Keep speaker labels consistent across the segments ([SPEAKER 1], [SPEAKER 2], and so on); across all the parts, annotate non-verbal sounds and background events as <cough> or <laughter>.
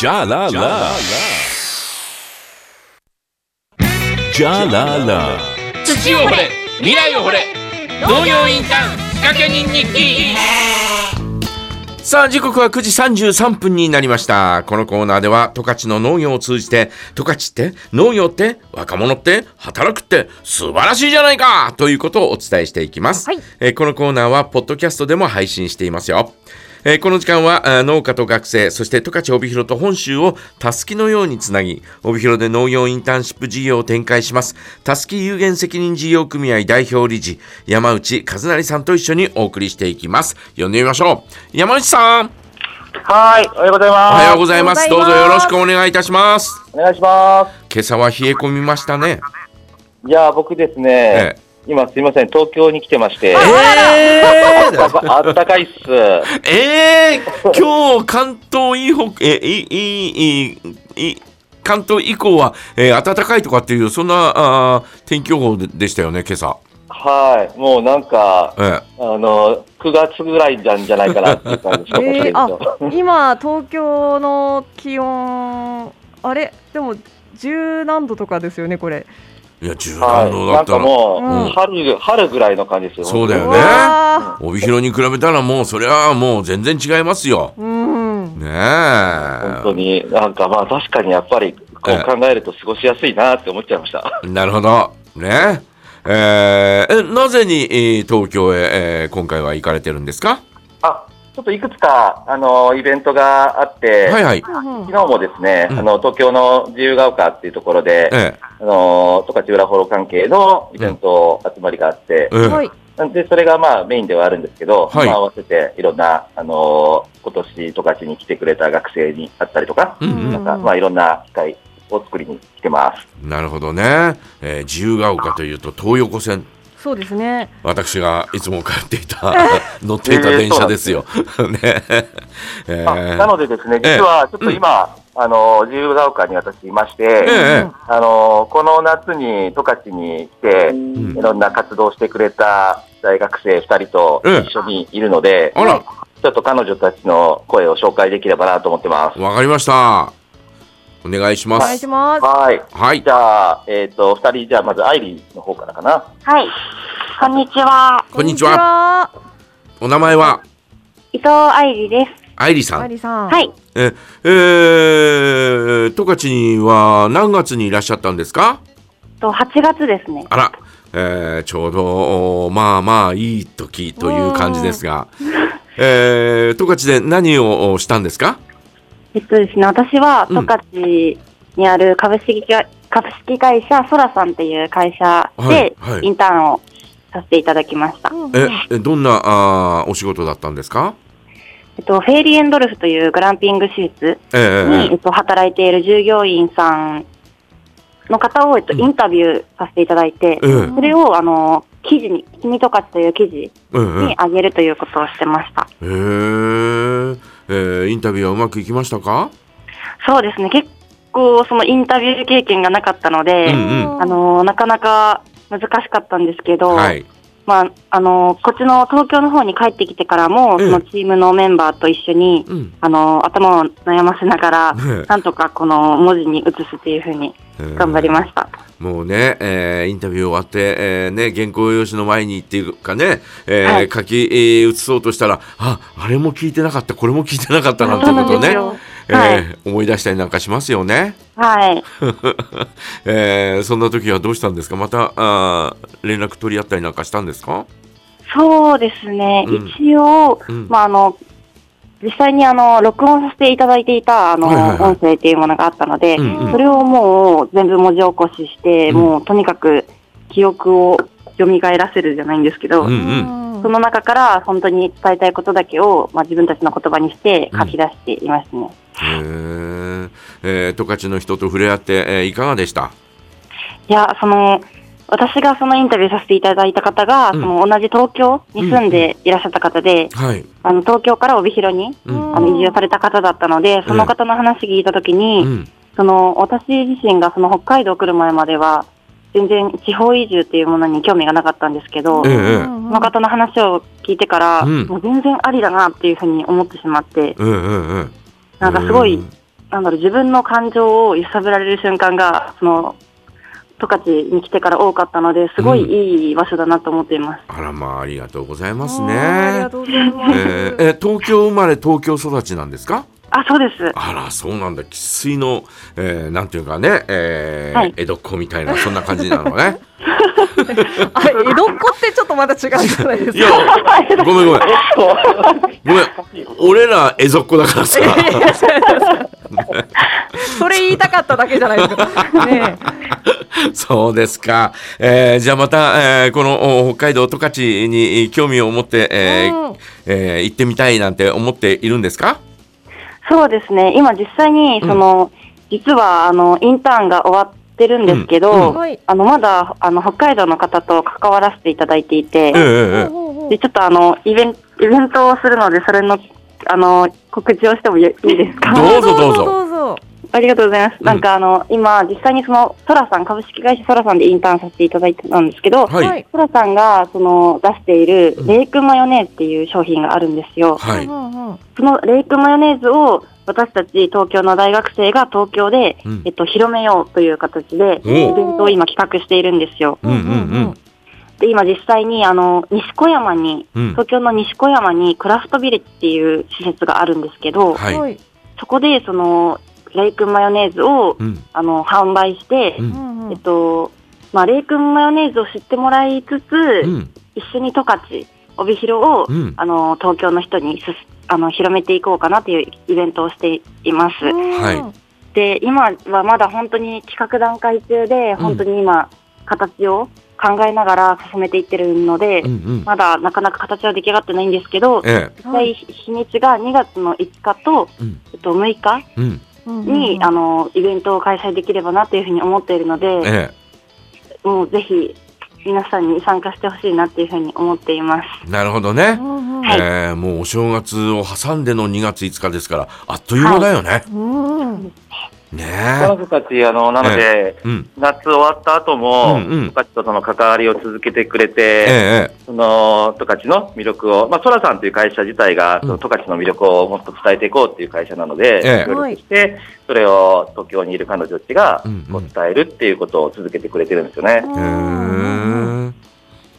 [SPEAKER 1] Ja la la. Ja la la.
[SPEAKER 2] 土を掘れ未来を掘れ農業インターン仕掛け人日記
[SPEAKER 3] さあ時刻は9時33分になりましたこのコーナーでは十勝の農業を通じて十勝って農業って若者って働くって素晴らしいじゃないかということをお伝えしていきます、
[SPEAKER 4] はい
[SPEAKER 3] えーこのコーナーはポッドキャストでも配信していますよえーこの時間はあー農家と学生そして十勝帯広と本州をたすきのようにつなぎ帯広で農業インターンシップ事業を展開しますたすき有限責任事業組合代表理事山内和成さんと一緒にお送りしていきます呼んでみましょう山内さん
[SPEAKER 5] はい、おはようござい
[SPEAKER 3] お
[SPEAKER 5] ま
[SPEAKER 3] は
[SPEAKER 5] す。
[SPEAKER 3] ようございます。
[SPEAKER 4] お
[SPEAKER 3] どう
[SPEAKER 4] は
[SPEAKER 3] ぞよ
[SPEAKER 4] ようござい
[SPEAKER 3] ろ
[SPEAKER 4] ま
[SPEAKER 3] し
[SPEAKER 4] す
[SPEAKER 3] くお願いいたします。
[SPEAKER 5] お願いしま
[SPEAKER 3] 今朝は冷え込みましたね。
[SPEAKER 5] す。いやー、僕ですね、
[SPEAKER 3] え
[SPEAKER 5] 今すいません、東京に来てまして、
[SPEAKER 3] え
[SPEAKER 5] やっぱあったかいっす。
[SPEAKER 3] ー、えー、今日関東以北、え、い、い、い、い、関東以降は、えー暖かいとかっていう、そんな、あー天気予報ででしたよね、今朝。
[SPEAKER 5] はい、もうなんか、
[SPEAKER 3] えー
[SPEAKER 5] あの、9月ぐらいなんじゃないかなっていう感
[SPEAKER 3] <laughs>
[SPEAKER 5] じしかして
[SPEAKER 4] え
[SPEAKER 5] る
[SPEAKER 4] ー、あ今、東京の気温、あれ、でも十何度とかですよね、これ。
[SPEAKER 3] いや、十
[SPEAKER 5] は
[SPEAKER 3] 何度
[SPEAKER 5] い、
[SPEAKER 3] だ
[SPEAKER 5] な
[SPEAKER 3] っ
[SPEAKER 5] ん
[SPEAKER 3] た、
[SPEAKER 5] からもう、
[SPEAKER 4] うん
[SPEAKER 5] 春、春ぐらいの感じですよ。
[SPEAKER 3] そうだよ
[SPEAKER 4] う
[SPEAKER 3] ね
[SPEAKER 4] わ
[SPEAKER 3] 帯広に比べたらもう、それはもう全然違いますよ。
[SPEAKER 4] ーうん、
[SPEAKER 3] ねえ。
[SPEAKER 5] 本当に、なんかまあ確かにやっぱり、こ
[SPEAKER 3] ええ
[SPEAKER 5] う考えると過ごしやすいなって思っちゃいました。
[SPEAKER 3] なるほど。ね。えーえなぜに、えー東京へ、えー今回は行かれてるんですか
[SPEAKER 5] あ、ちょっといくつか、あの、イベントがあって、
[SPEAKER 3] はいはい。
[SPEAKER 4] うん
[SPEAKER 5] 昨日もですね、
[SPEAKER 3] うん
[SPEAKER 5] あの、東京の自由が丘っていうところで、
[SPEAKER 3] え
[SPEAKER 5] あのー、十勝浦幌関係のイベント集まりがあって
[SPEAKER 3] え、ええ
[SPEAKER 4] はい、
[SPEAKER 5] なんで、それがまあメインではあるんですけど、
[SPEAKER 3] はい
[SPEAKER 5] まあ合わせていろんな、あのー、今年十勝に来てくれた学生に会ったりとか、
[SPEAKER 3] うんうん
[SPEAKER 5] なんかまあいろんな機会を作りに来てます。
[SPEAKER 3] なるほどね、えー自由が丘というと東横線
[SPEAKER 4] そうですね。
[SPEAKER 3] 私がいつも通っていた乗っていた電車ですよ。 <laughs> ねえ
[SPEAKER 5] あ
[SPEAKER 3] ー
[SPEAKER 5] なのでですね、
[SPEAKER 3] ええ
[SPEAKER 5] 実はちょっと今、あのー、自由が丘に私いまして、
[SPEAKER 3] え
[SPEAKER 5] あのー、この夏に十勝に来て、
[SPEAKER 3] えうん
[SPEAKER 5] いろんな活動をしてくれた大学生2人と一緒にいるので、
[SPEAKER 3] あら、
[SPEAKER 5] ちょっと彼女たちの声を紹介できればなと思ってます。
[SPEAKER 3] わかりました。お願いし
[SPEAKER 4] お
[SPEAKER 3] ま
[SPEAKER 4] 願い
[SPEAKER 3] す
[SPEAKER 4] し。ます。
[SPEAKER 5] はい。
[SPEAKER 3] はい
[SPEAKER 5] じ。ゃあ、えっ、と、二人、じゃあまずアイリーの方からか <laughs> な。
[SPEAKER 6] はい。こんにちは。
[SPEAKER 3] こんにちは。
[SPEAKER 4] こんに
[SPEAKER 3] お名前は
[SPEAKER 6] 伊藤愛理です。
[SPEAKER 3] 愛理
[SPEAKER 4] ち
[SPEAKER 3] さ
[SPEAKER 4] は。あ
[SPEAKER 3] ん。
[SPEAKER 4] りさん。
[SPEAKER 6] は。い。
[SPEAKER 3] え、えー、十勝には何月にいらっしゃったんですか
[SPEAKER 6] と8月ですね。
[SPEAKER 3] あら、えーちょうど、おまあまあいい時という感じですが、えー、十勝で何をしたんですか
[SPEAKER 6] えっとですね、私は
[SPEAKER 3] うん
[SPEAKER 6] 十勝にある株式会株式会社ソラさんっていう会社
[SPEAKER 3] は
[SPEAKER 6] で
[SPEAKER 3] いはい
[SPEAKER 6] インターンをさせていただきました。
[SPEAKER 4] うん
[SPEAKER 3] え、えどんなあーお仕事だったんですか
[SPEAKER 6] えっとフェイリーエンドルフというグランピング施設
[SPEAKER 3] え
[SPEAKER 6] に、
[SPEAKER 3] ー
[SPEAKER 6] えっと働いている従業員さんの方をえっと
[SPEAKER 3] うん
[SPEAKER 6] インタビューさせていただいて
[SPEAKER 3] え、ー
[SPEAKER 6] それをあの記事に君十勝という記事
[SPEAKER 3] えー
[SPEAKER 6] に上げるということをしてました。
[SPEAKER 3] えーえーインタビューはうまくいきましたか
[SPEAKER 6] そうですね、結構そのインタビュー経験がなかったので、
[SPEAKER 3] うんうん
[SPEAKER 6] あのなかなか難しかったんですけど、
[SPEAKER 3] はい。
[SPEAKER 6] まああのこっちの東京の方に帰ってきてからも、
[SPEAKER 3] ええ
[SPEAKER 6] そのチームのメンバーと一緒に、
[SPEAKER 3] うん。
[SPEAKER 6] あの頭を悩ませながら、
[SPEAKER 3] ね
[SPEAKER 6] なんとかこの文字に移すっていうふうに頑張りました。
[SPEAKER 3] もうね、えーインタビュー終わって、えーね、原稿用紙の前にっていうかね、えー
[SPEAKER 6] はい
[SPEAKER 3] 書き、えー写そうとしたら、あ、あれも聞いてなかった、これも聞いてなかったなんて
[SPEAKER 6] そう
[SPEAKER 3] こ
[SPEAKER 6] なんで
[SPEAKER 3] と
[SPEAKER 6] す
[SPEAKER 3] ね、
[SPEAKER 6] よ。
[SPEAKER 3] え
[SPEAKER 6] はい
[SPEAKER 3] ー思い出したりなんかしますよね。 <laughs>
[SPEAKER 6] はい、
[SPEAKER 3] えーそんな時はどうしたんですかまたあー連絡取り合ったりなんかしたんですか
[SPEAKER 6] そうですね、
[SPEAKER 3] うん
[SPEAKER 6] 一応、
[SPEAKER 3] うん
[SPEAKER 6] まああの実際にあの録音させていただいていたあの、
[SPEAKER 3] はいはいはい
[SPEAKER 6] 音声というものがあったので、
[SPEAKER 3] うんうん
[SPEAKER 6] それをもう全部文字起こしして、
[SPEAKER 3] うん
[SPEAKER 6] もうとにかく記憶を蘇らせるじゃないんですけど、
[SPEAKER 3] うん
[SPEAKER 6] その中から本当に伝えたいことだけを、まあ、自分たちの言葉にして書き出していましたね。
[SPEAKER 3] へーえー十勝の人と触れ合って、えーいかがでした
[SPEAKER 6] いや、その、私がそのインタビューさせていただいた方が、
[SPEAKER 3] うん
[SPEAKER 6] その同じ東京に住んでいらっしゃった方で、
[SPEAKER 3] はい、
[SPEAKER 6] あの東京から帯広に
[SPEAKER 3] うん
[SPEAKER 6] あの移住された方だったので、その方の話聞いたときに、
[SPEAKER 3] うん
[SPEAKER 6] その私自身がその北海道来る前までは、全然地方移住っていうものに興味がなかったんですけど、
[SPEAKER 3] ええ
[SPEAKER 6] そ
[SPEAKER 3] ええ
[SPEAKER 6] の方の話を聞いてから、
[SPEAKER 3] うん
[SPEAKER 6] もう全然ありだなっていうふうに思ってしまって、
[SPEAKER 3] うんうんうん
[SPEAKER 6] なんかすごい
[SPEAKER 3] うん
[SPEAKER 6] なんだろう、自分の感情を揺さぶられる瞬間が、その、十勝に来てから多かったので、すごいいい場所だなと思っています。
[SPEAKER 3] あらまあありがとうございます
[SPEAKER 4] あーあり
[SPEAKER 3] ね
[SPEAKER 4] が。とうござい
[SPEAKER 3] え
[SPEAKER 4] ます。
[SPEAKER 3] ーえー東京生まれ東京育ちなんですか？
[SPEAKER 6] あ、そうです。
[SPEAKER 3] あらそうなんだ生粋の、えーなんていうかね、えー
[SPEAKER 6] はい
[SPEAKER 3] 江戸っ子みたいなそんな感じなの
[SPEAKER 4] <laughs>
[SPEAKER 3] ね。
[SPEAKER 4] あれ、江戸っ子ってちょっとまた違うんじゃないです
[SPEAKER 3] い
[SPEAKER 4] か。
[SPEAKER 3] やごめんごめんごめん俺ら江戸っ子だからさ。
[SPEAKER 4] <laughs> それ言いたかっただけじゃないで
[SPEAKER 3] <laughs>
[SPEAKER 4] すか。ね
[SPEAKER 3] <laughs> そうですか。えーじゃあまた、えーこのお北海道十勝に興味を持って、えー
[SPEAKER 4] うん
[SPEAKER 3] えー行ってみたいなんて思っているんですか
[SPEAKER 6] そうですね。今実際に、その、実は、あの、インターンが終わってるんですけ
[SPEAKER 3] うん
[SPEAKER 6] ど、
[SPEAKER 4] うんはい
[SPEAKER 6] あの、まだ、あの、北海道の方と関わらせていただいてい
[SPEAKER 3] え
[SPEAKER 6] て、
[SPEAKER 3] ええ
[SPEAKER 4] え
[SPEAKER 3] えええ
[SPEAKER 4] ほうほうほう
[SPEAKER 6] で、ちょっとあの、イベンイベントをするので、それの、あの、告知をしてもいいですか
[SPEAKER 3] どうぞどうぞ
[SPEAKER 4] どうぞ。
[SPEAKER 6] ありがとうございます。
[SPEAKER 3] ん
[SPEAKER 6] なんかあの、今、実際にその、ソラさん、株式会社ソラさんでインターンさせていただいてたんですけど、
[SPEAKER 3] はい。
[SPEAKER 4] はい
[SPEAKER 6] ソラさんが、その、出している、レイクマヨネーズっていう商品があるんですよ。
[SPEAKER 3] はい。
[SPEAKER 4] は
[SPEAKER 6] そのレイクマヨネーズを、私たち東京の大学生が東京で、
[SPEAKER 3] うん
[SPEAKER 6] えっと、広めようという形で、イベ
[SPEAKER 3] お
[SPEAKER 6] ン
[SPEAKER 3] う
[SPEAKER 6] トを今企画しているんですよ。
[SPEAKER 3] うんうん
[SPEAKER 6] で、今実際に、あの、西小山に、
[SPEAKER 3] うん。うん。
[SPEAKER 6] 東京の西小山にクラフトビレッジっていう施設があるんですけど、
[SPEAKER 3] はい。
[SPEAKER 4] い。
[SPEAKER 6] そこで、その、レイクマヨネーズを、
[SPEAKER 3] うん。
[SPEAKER 6] あの、販売して、
[SPEAKER 3] う。
[SPEAKER 4] うんんう
[SPEAKER 6] えっ
[SPEAKER 4] ん
[SPEAKER 6] と、まあ、レイ君マヨネーズを知ってもらいつつ、
[SPEAKER 3] うん。
[SPEAKER 6] 一緒に十勝、帯広を、
[SPEAKER 3] うん。
[SPEAKER 6] あの、東京の人にすすあの、広めていこうかなというイベントをしています。
[SPEAKER 3] はい
[SPEAKER 6] で、今はまだ本当に企画段階中で、本当に今、形を考えながら進めていってるので、
[SPEAKER 3] うん。うん。
[SPEAKER 6] まだなかなか形は出来上がってないんですけど、
[SPEAKER 3] ええ。
[SPEAKER 6] 実際日にちが2月の5日と、
[SPEAKER 3] うん
[SPEAKER 6] えっと、6日
[SPEAKER 3] うん。
[SPEAKER 6] に、あの、イベントを開催できればなというふうに思っているので、
[SPEAKER 3] え
[SPEAKER 6] もうぜひ皆さんに参加してほしいなっていうふうに思っています。
[SPEAKER 3] え。なるほどね。
[SPEAKER 4] の
[SPEAKER 6] はい
[SPEAKER 3] ええもうお正月を挟んでの2月5日ですから、あっという間だよね。
[SPEAKER 4] うん。
[SPEAKER 3] ね
[SPEAKER 5] 彼
[SPEAKER 3] え。
[SPEAKER 5] 女たち、あの、なので、
[SPEAKER 3] うん。
[SPEAKER 5] 夏終わった後
[SPEAKER 3] う
[SPEAKER 5] も、
[SPEAKER 3] んうん
[SPEAKER 5] 十勝とその関わりを続けてくれ
[SPEAKER 3] え
[SPEAKER 5] て、
[SPEAKER 3] え
[SPEAKER 5] その、十勝の魅力を、まあ、ソラさんという会社自体が、
[SPEAKER 3] うん
[SPEAKER 5] その十勝の魅力をもっと伝えていこうっていう会社なので、
[SPEAKER 3] ええ
[SPEAKER 5] 協力して、それを東京にいる彼女たちが
[SPEAKER 3] うんうん
[SPEAKER 5] こう伝えるっていうことを続けてくれてるんですよね。
[SPEAKER 3] ええ。へえ
[SPEAKER 5] で
[SPEAKER 3] なるほ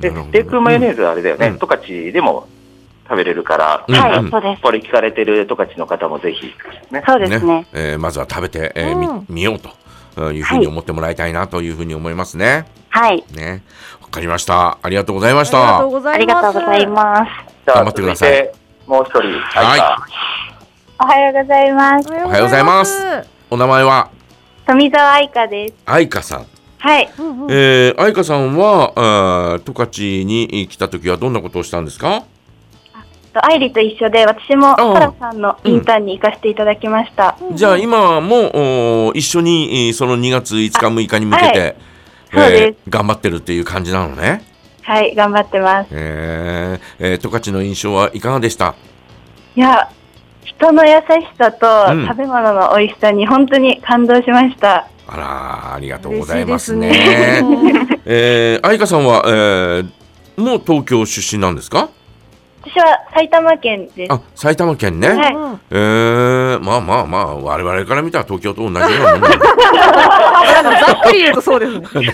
[SPEAKER 3] どね。
[SPEAKER 5] レイクマヨネーズはあれだよ
[SPEAKER 3] う
[SPEAKER 5] ね
[SPEAKER 3] ん、
[SPEAKER 5] 十勝でも食べれるから、
[SPEAKER 3] うん
[SPEAKER 6] は
[SPEAKER 3] うん
[SPEAKER 6] い、そうです。
[SPEAKER 5] これ聞かれてる十勝の方もぜひ、ね。
[SPEAKER 6] そうですね。
[SPEAKER 3] えーまずは食べて、えー
[SPEAKER 4] うん
[SPEAKER 3] み見ようとうんいうふうに思ってもらいたいなというふうに思いますね。
[SPEAKER 6] はい、
[SPEAKER 3] ね、わかりました。ありがとうございまし
[SPEAKER 4] ありが
[SPEAKER 3] た
[SPEAKER 4] とう。ござ
[SPEAKER 6] あ
[SPEAKER 4] い
[SPEAKER 6] り
[SPEAKER 4] ます。
[SPEAKER 6] がとうございます。
[SPEAKER 5] じゃ
[SPEAKER 3] 頑
[SPEAKER 5] あ
[SPEAKER 3] 張って
[SPEAKER 5] 続
[SPEAKER 3] くだ
[SPEAKER 5] い
[SPEAKER 3] さい
[SPEAKER 5] て、もう一人、
[SPEAKER 3] は
[SPEAKER 7] おはようございます。
[SPEAKER 4] お
[SPEAKER 3] はようございますお名前は
[SPEAKER 7] 富澤愛香です。
[SPEAKER 3] 愛香さん。
[SPEAKER 7] はい。
[SPEAKER 4] うんうん
[SPEAKER 3] えー、愛香さんはあー十勝に来た時はどんなことをしたんですか？
[SPEAKER 7] と愛理と一緒で、私も
[SPEAKER 3] ああ
[SPEAKER 7] ソラさんのインターンに行かせていただきました。
[SPEAKER 3] じゃあ今もおー一緒にえーその2月5日6日に向けて、
[SPEAKER 7] はいそうで
[SPEAKER 3] ー頑張ってるっていう感じなのね。
[SPEAKER 7] はい、頑張ってます。
[SPEAKER 3] えー、えー十勝の印象はいかがでした？
[SPEAKER 7] いや、人の優しさと
[SPEAKER 3] うん
[SPEAKER 7] 食べ物の美味しさに本当に感動しました。
[SPEAKER 3] あらーありがとうご
[SPEAKER 4] 嬉
[SPEAKER 3] ざ
[SPEAKER 4] し
[SPEAKER 3] い
[SPEAKER 4] い
[SPEAKER 3] ま
[SPEAKER 4] ですす
[SPEAKER 3] ね
[SPEAKER 4] ね。。
[SPEAKER 3] えー、愛香さんは、えー、もう東京出身なんですか
[SPEAKER 7] 私は埼玉県です。
[SPEAKER 3] あ埼玉県ね、
[SPEAKER 7] はい
[SPEAKER 4] うん
[SPEAKER 3] えー、まあまあまあ我々から見たら東京と同じようなもんだ、
[SPEAKER 4] <laughs> なんかざっくり言うとそうですね。
[SPEAKER 3] <laughs>
[SPEAKER 4] うん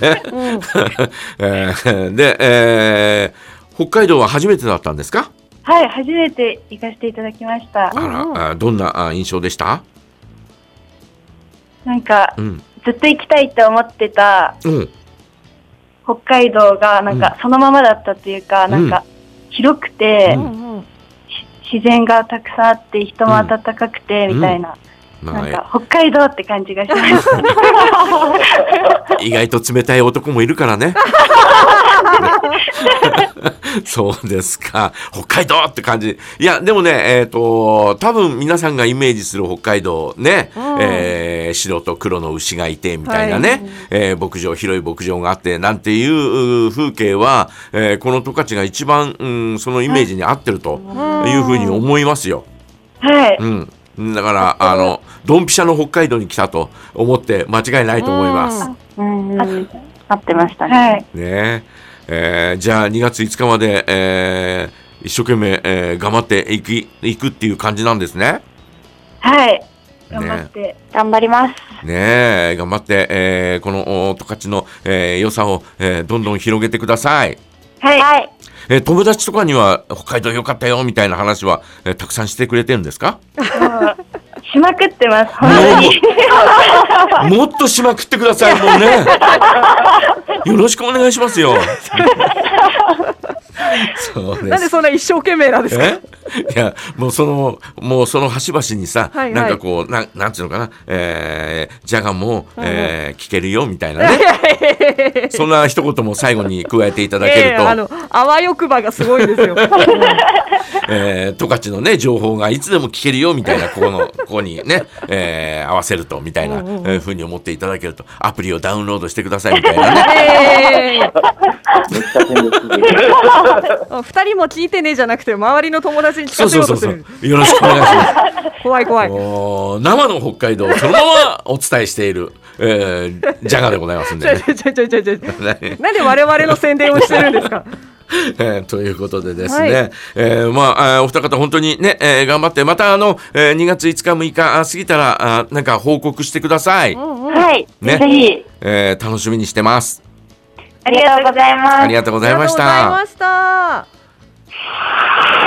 [SPEAKER 3] えー、で、えー、北海道は初めてだったんですか
[SPEAKER 7] はい、初めて行かせていただきました
[SPEAKER 3] あ。ら、
[SPEAKER 4] うんうん
[SPEAKER 3] あどんなあ印象でした
[SPEAKER 7] なんか
[SPEAKER 3] う、ん、
[SPEAKER 7] ずっと行きたいって思ってた
[SPEAKER 3] うん、
[SPEAKER 7] 北海道が、なんかそのままだったというか、なんか、広くて、
[SPEAKER 4] うんうん
[SPEAKER 7] し自然がたくさんあって人も温かくて、
[SPEAKER 3] うん
[SPEAKER 7] みたいな、
[SPEAKER 3] ま
[SPEAKER 7] なん
[SPEAKER 3] あ
[SPEAKER 7] か北海道って感じがしま
[SPEAKER 3] <laughs>
[SPEAKER 7] した。
[SPEAKER 3] 意外と冷たい男もいるからね <laughs> そうですか北海道って感じいやでもねえっ、と多分皆さんがイメージする北海道ね、
[SPEAKER 4] うん
[SPEAKER 3] えー白と黒の牛がいてみたいなね、
[SPEAKER 4] はい
[SPEAKER 3] えー牧場広い牧場があってなんていうう風景は、えーこの十勝が一番、うん、そのイメージに合ってるというふうに思いますよ。
[SPEAKER 7] はい、
[SPEAKER 3] うんだから、あの、ドンピシャの北海道に来たと思って間違いないと思います。
[SPEAKER 6] うんうんうん、合ってましたね。
[SPEAKER 7] はい、
[SPEAKER 3] ねええーじゃあ2月5日まで、えー一生懸命、えー頑張っていきいくっていう感じなんですね。
[SPEAKER 7] はい、頑張って頑張ります。
[SPEAKER 3] ねえ、頑張って、えーこのお十勝の、えー良さを、えーどんどん広げてください。
[SPEAKER 7] はい。はい。
[SPEAKER 3] えー友達とかには北海道良かったよみたいな話は、えーたくさんしてくれてるんですか？
[SPEAKER 7] しまくってます。本当に。
[SPEAKER 3] もっとしまくってくださいもうね。よろしくお願いします
[SPEAKER 4] <laughs>
[SPEAKER 3] よ。そうで。
[SPEAKER 4] なんですそんな一生懸命なんです <laughs> か
[SPEAKER 3] えいやもうそのもうその端々にさ、
[SPEAKER 4] はいはい
[SPEAKER 3] なんかこうなんなんつうのかな、えー、ジャガも、えー聞けるよみたいなね。そんな一言も最後に加えていただ
[SPEAKER 4] <laughs>
[SPEAKER 3] け
[SPEAKER 4] え
[SPEAKER 3] る
[SPEAKER 4] え
[SPEAKER 3] と、
[SPEAKER 4] あのあわよくばがすごいです
[SPEAKER 3] <laughs>
[SPEAKER 4] よ。
[SPEAKER 3] えー、十勝のね、情報がいつでも聞けるよみ
[SPEAKER 4] <laughs>
[SPEAKER 3] たいな、ここの、ここにね、えー合わせると、みたいな、えーふうに思っていただけると、アプリをダウンロードしてくださいみたいな
[SPEAKER 4] <laughs>
[SPEAKER 3] ね。
[SPEAKER 4] ええ
[SPEAKER 5] めっちゃ全力で。
[SPEAKER 4] 二人も聞いてねえじゃなくて周りの友達に聞
[SPEAKER 3] そ
[SPEAKER 4] か
[SPEAKER 3] うそ
[SPEAKER 4] せよ
[SPEAKER 3] うそ
[SPEAKER 4] うと
[SPEAKER 3] う
[SPEAKER 4] す
[SPEAKER 3] そ
[SPEAKER 4] る
[SPEAKER 3] う。よろしくお願いし
[SPEAKER 4] <laughs>
[SPEAKER 3] ま
[SPEAKER 4] 怖い怖
[SPEAKER 3] す。
[SPEAKER 4] い
[SPEAKER 3] もう生の北海道をそのままお伝えしている、えー、ジャガでございますん
[SPEAKER 4] ちょ
[SPEAKER 3] で
[SPEAKER 4] <laughs> い
[SPEAKER 3] ね。
[SPEAKER 4] ちょいちょいちょいちょいちょい
[SPEAKER 3] ね
[SPEAKER 4] なんで我々の宣伝をしてるんですか
[SPEAKER 3] <laughs> えーということでですね、
[SPEAKER 4] はい
[SPEAKER 3] えーまあ、あーお二方本当にね、えー頑張って、またあの、えー2月5日6日あー過ぎたら、あーなんか報告してくださ
[SPEAKER 7] <laughs>
[SPEAKER 3] い。
[SPEAKER 7] はい。
[SPEAKER 3] ね
[SPEAKER 7] ぜひ。
[SPEAKER 3] えー楽しみにしてます。
[SPEAKER 7] ありがとうございます。
[SPEAKER 3] ありがとうございまし
[SPEAKER 4] ありがとうござい
[SPEAKER 3] た。
[SPEAKER 4] ました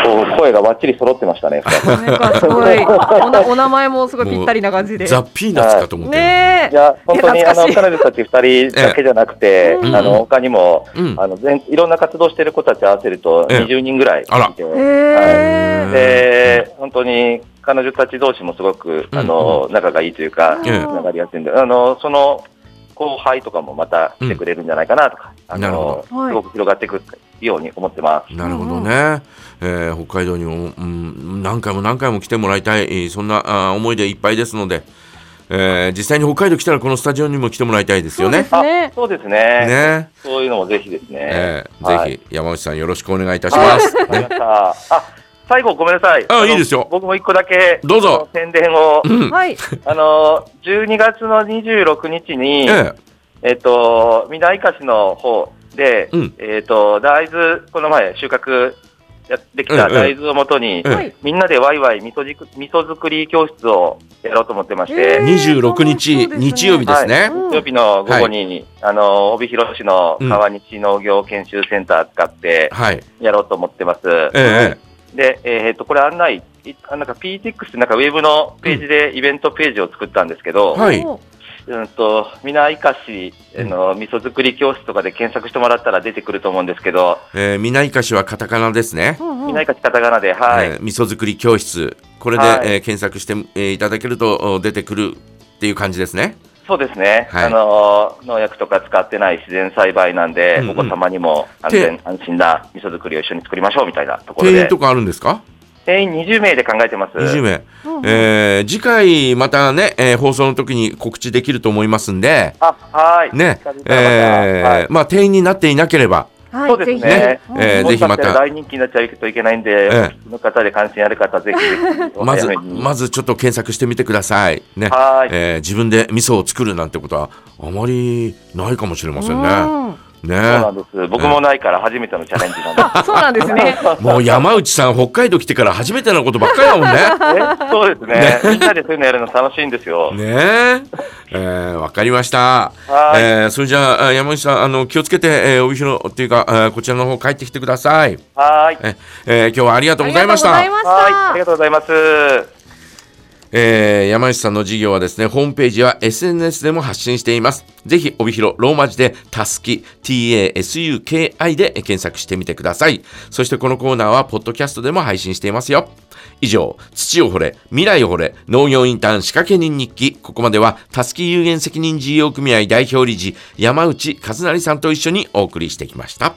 [SPEAKER 5] こう声がばっちり揃ってましたね。二人
[SPEAKER 4] なんかすごいおなお名前もすごいぴったりな感じで
[SPEAKER 3] ザ・ピーナッツかと思ってる。
[SPEAKER 4] ねえ
[SPEAKER 5] いや、本当
[SPEAKER 4] い
[SPEAKER 5] に、
[SPEAKER 4] や
[SPEAKER 5] あの、
[SPEAKER 4] 懐かし
[SPEAKER 5] 彼女たち二人だけじゃなくて、
[SPEAKER 3] ええ
[SPEAKER 5] あの、他にも、
[SPEAKER 3] うん
[SPEAKER 5] あの、全、いろんな活動してる子たち合わせると、
[SPEAKER 3] ええ
[SPEAKER 5] 20人ぐらいいて、
[SPEAKER 3] あら
[SPEAKER 4] いへ
[SPEAKER 3] う
[SPEAKER 4] え
[SPEAKER 3] ん
[SPEAKER 5] で、本当に、彼女たち同士もすごく、あの、仲がいいというか、
[SPEAKER 3] ええ
[SPEAKER 5] 繋がりやすいんで、あの、その、後輩とかもまた来てくれるんじゃないかなとか、あ
[SPEAKER 3] なる
[SPEAKER 5] の
[SPEAKER 3] ほ、
[SPEAKER 5] す
[SPEAKER 4] どはい
[SPEAKER 5] ごく広がっていくように思ってます。
[SPEAKER 3] なるほどね。えー北海道にも、うん、何回も何回も来てもらいたい、えーそんなあー思いでいっぱいですので、えー実際に北海道来たらこのスタジオにも来てもらいたいですよね。
[SPEAKER 4] そうですね
[SPEAKER 5] そうですね。
[SPEAKER 3] ね、
[SPEAKER 5] そういうのもぜひですね。
[SPEAKER 3] えー
[SPEAKER 5] はい
[SPEAKER 3] ぜひ山内さんよろしくお願いいたし
[SPEAKER 4] <laughs>
[SPEAKER 3] ます。
[SPEAKER 5] わかりました。あ、最後ごめんなさい。
[SPEAKER 3] あ
[SPEAKER 5] の
[SPEAKER 3] いいですよ
[SPEAKER 5] 僕も一個だけ、
[SPEAKER 3] どうぞ
[SPEAKER 5] あの宣伝を、
[SPEAKER 3] うん、
[SPEAKER 4] はい
[SPEAKER 5] あの、12月の26日に、
[SPEAKER 3] え
[SPEAKER 5] えっ、
[SPEAKER 3] ー
[SPEAKER 5] と、南かしの方で、
[SPEAKER 3] うん
[SPEAKER 5] えっ、と、大豆、この前収穫やってきた
[SPEAKER 3] ええええ
[SPEAKER 5] 大豆をもとに、
[SPEAKER 3] えー
[SPEAKER 4] はい
[SPEAKER 5] みんなでワイワイ味噌じく味噌作り教室をやろうと思ってまして、
[SPEAKER 4] えー
[SPEAKER 3] 26日、
[SPEAKER 4] そうですね
[SPEAKER 3] 日曜日ですね。
[SPEAKER 4] うん
[SPEAKER 5] 土曜日の午後に、あの、帯広市の川西農業研修センター使って
[SPEAKER 3] はい。
[SPEAKER 5] やろうと思ってます。
[SPEAKER 3] えーえ
[SPEAKER 5] で、えっとこれ案内、いあなんか PTX ってなんかウェブのページでイベントページを作ったんですけど、
[SPEAKER 3] ーはい。
[SPEAKER 4] お
[SPEAKER 5] うんと、皆いかし、あの、味噌作り教室とかで検索してもらったら出てくると思うんですけど、
[SPEAKER 3] えー、みないかしはカタカナですね。
[SPEAKER 4] うんうん
[SPEAKER 5] 皆いかしカタカナで、はい。
[SPEAKER 3] えー味噌作り教室。これで、
[SPEAKER 5] はい
[SPEAKER 3] えー検索して、えーいただけるとお出てくるっていう感じですね。
[SPEAKER 5] そうですね。
[SPEAKER 3] はい
[SPEAKER 5] あの、農薬とか使ってない自然栽培なんで、
[SPEAKER 3] うんうん
[SPEAKER 5] お子様にも安全、安心な味噌作りを一緒に作りましょうみたいなところ
[SPEAKER 3] 定員
[SPEAKER 5] で
[SPEAKER 3] と、かあるんですか
[SPEAKER 5] 定員20名で考えてます。
[SPEAKER 3] 20名、
[SPEAKER 4] うんうん
[SPEAKER 3] えー次回またね、えー放送の時に告知できると思いますんで、
[SPEAKER 5] あ、はい。
[SPEAKER 3] ね
[SPEAKER 5] 近づい、たらまた
[SPEAKER 3] えー
[SPEAKER 5] はい
[SPEAKER 3] まあ定員になっていなければ、
[SPEAKER 4] は
[SPEAKER 5] そうです
[SPEAKER 4] ぜ
[SPEAKER 5] ね
[SPEAKER 4] ひ。
[SPEAKER 3] えー
[SPEAKER 5] もしかしたら
[SPEAKER 3] ぜひまた
[SPEAKER 5] 大人気になっちゃうといけないんで、
[SPEAKER 3] ええ
[SPEAKER 5] お聞きの方で関心ある方、ぜひぜひ、お
[SPEAKER 3] まず
[SPEAKER 5] 早めに。
[SPEAKER 3] まずちょっと検索してみてください。ね、
[SPEAKER 5] はい
[SPEAKER 3] えー自分で味噌を作るなんてことはあまりないかもしれませんね。
[SPEAKER 4] うん
[SPEAKER 5] そうなん
[SPEAKER 3] ね。
[SPEAKER 5] です。僕もないから初めてのチャレンジなんで。
[SPEAKER 4] あそうなんですね
[SPEAKER 3] <laughs> もう山内さん、北海道来てから初めてのことばっかりだもんね。
[SPEAKER 5] えそうですね。みんなでそういうのやるの楽しいんですよ。
[SPEAKER 3] ねえ、えー、わかりました。
[SPEAKER 5] はい
[SPEAKER 3] えーそれじゃあ、あ山内さん、あの、気をつけて、えー、帯広っていうか、えーこちらの方帰ってきてください。
[SPEAKER 5] はーい。
[SPEAKER 3] え、えー今日はありがとうございまし
[SPEAKER 4] あ
[SPEAKER 3] た
[SPEAKER 4] り。がとうござ
[SPEAKER 5] は
[SPEAKER 4] ま
[SPEAKER 5] いーい。
[SPEAKER 4] し
[SPEAKER 5] あ
[SPEAKER 4] た
[SPEAKER 5] りがとうございます。
[SPEAKER 3] えー山内さんの事業はですね、ホームページや SNS でも発信しています。ぜひ、帯広、ローマ字で、たすき、TASUKI で検索してみてください。そして、このコーナーは、ポッドキャストでも配信していますよ。以上、土を掘れ、未来を掘れ、農業インターン仕掛け人日記。ここまでは、たすき有限責任事業組合代表理事、山内和成さんと一緒にお送りしてきました。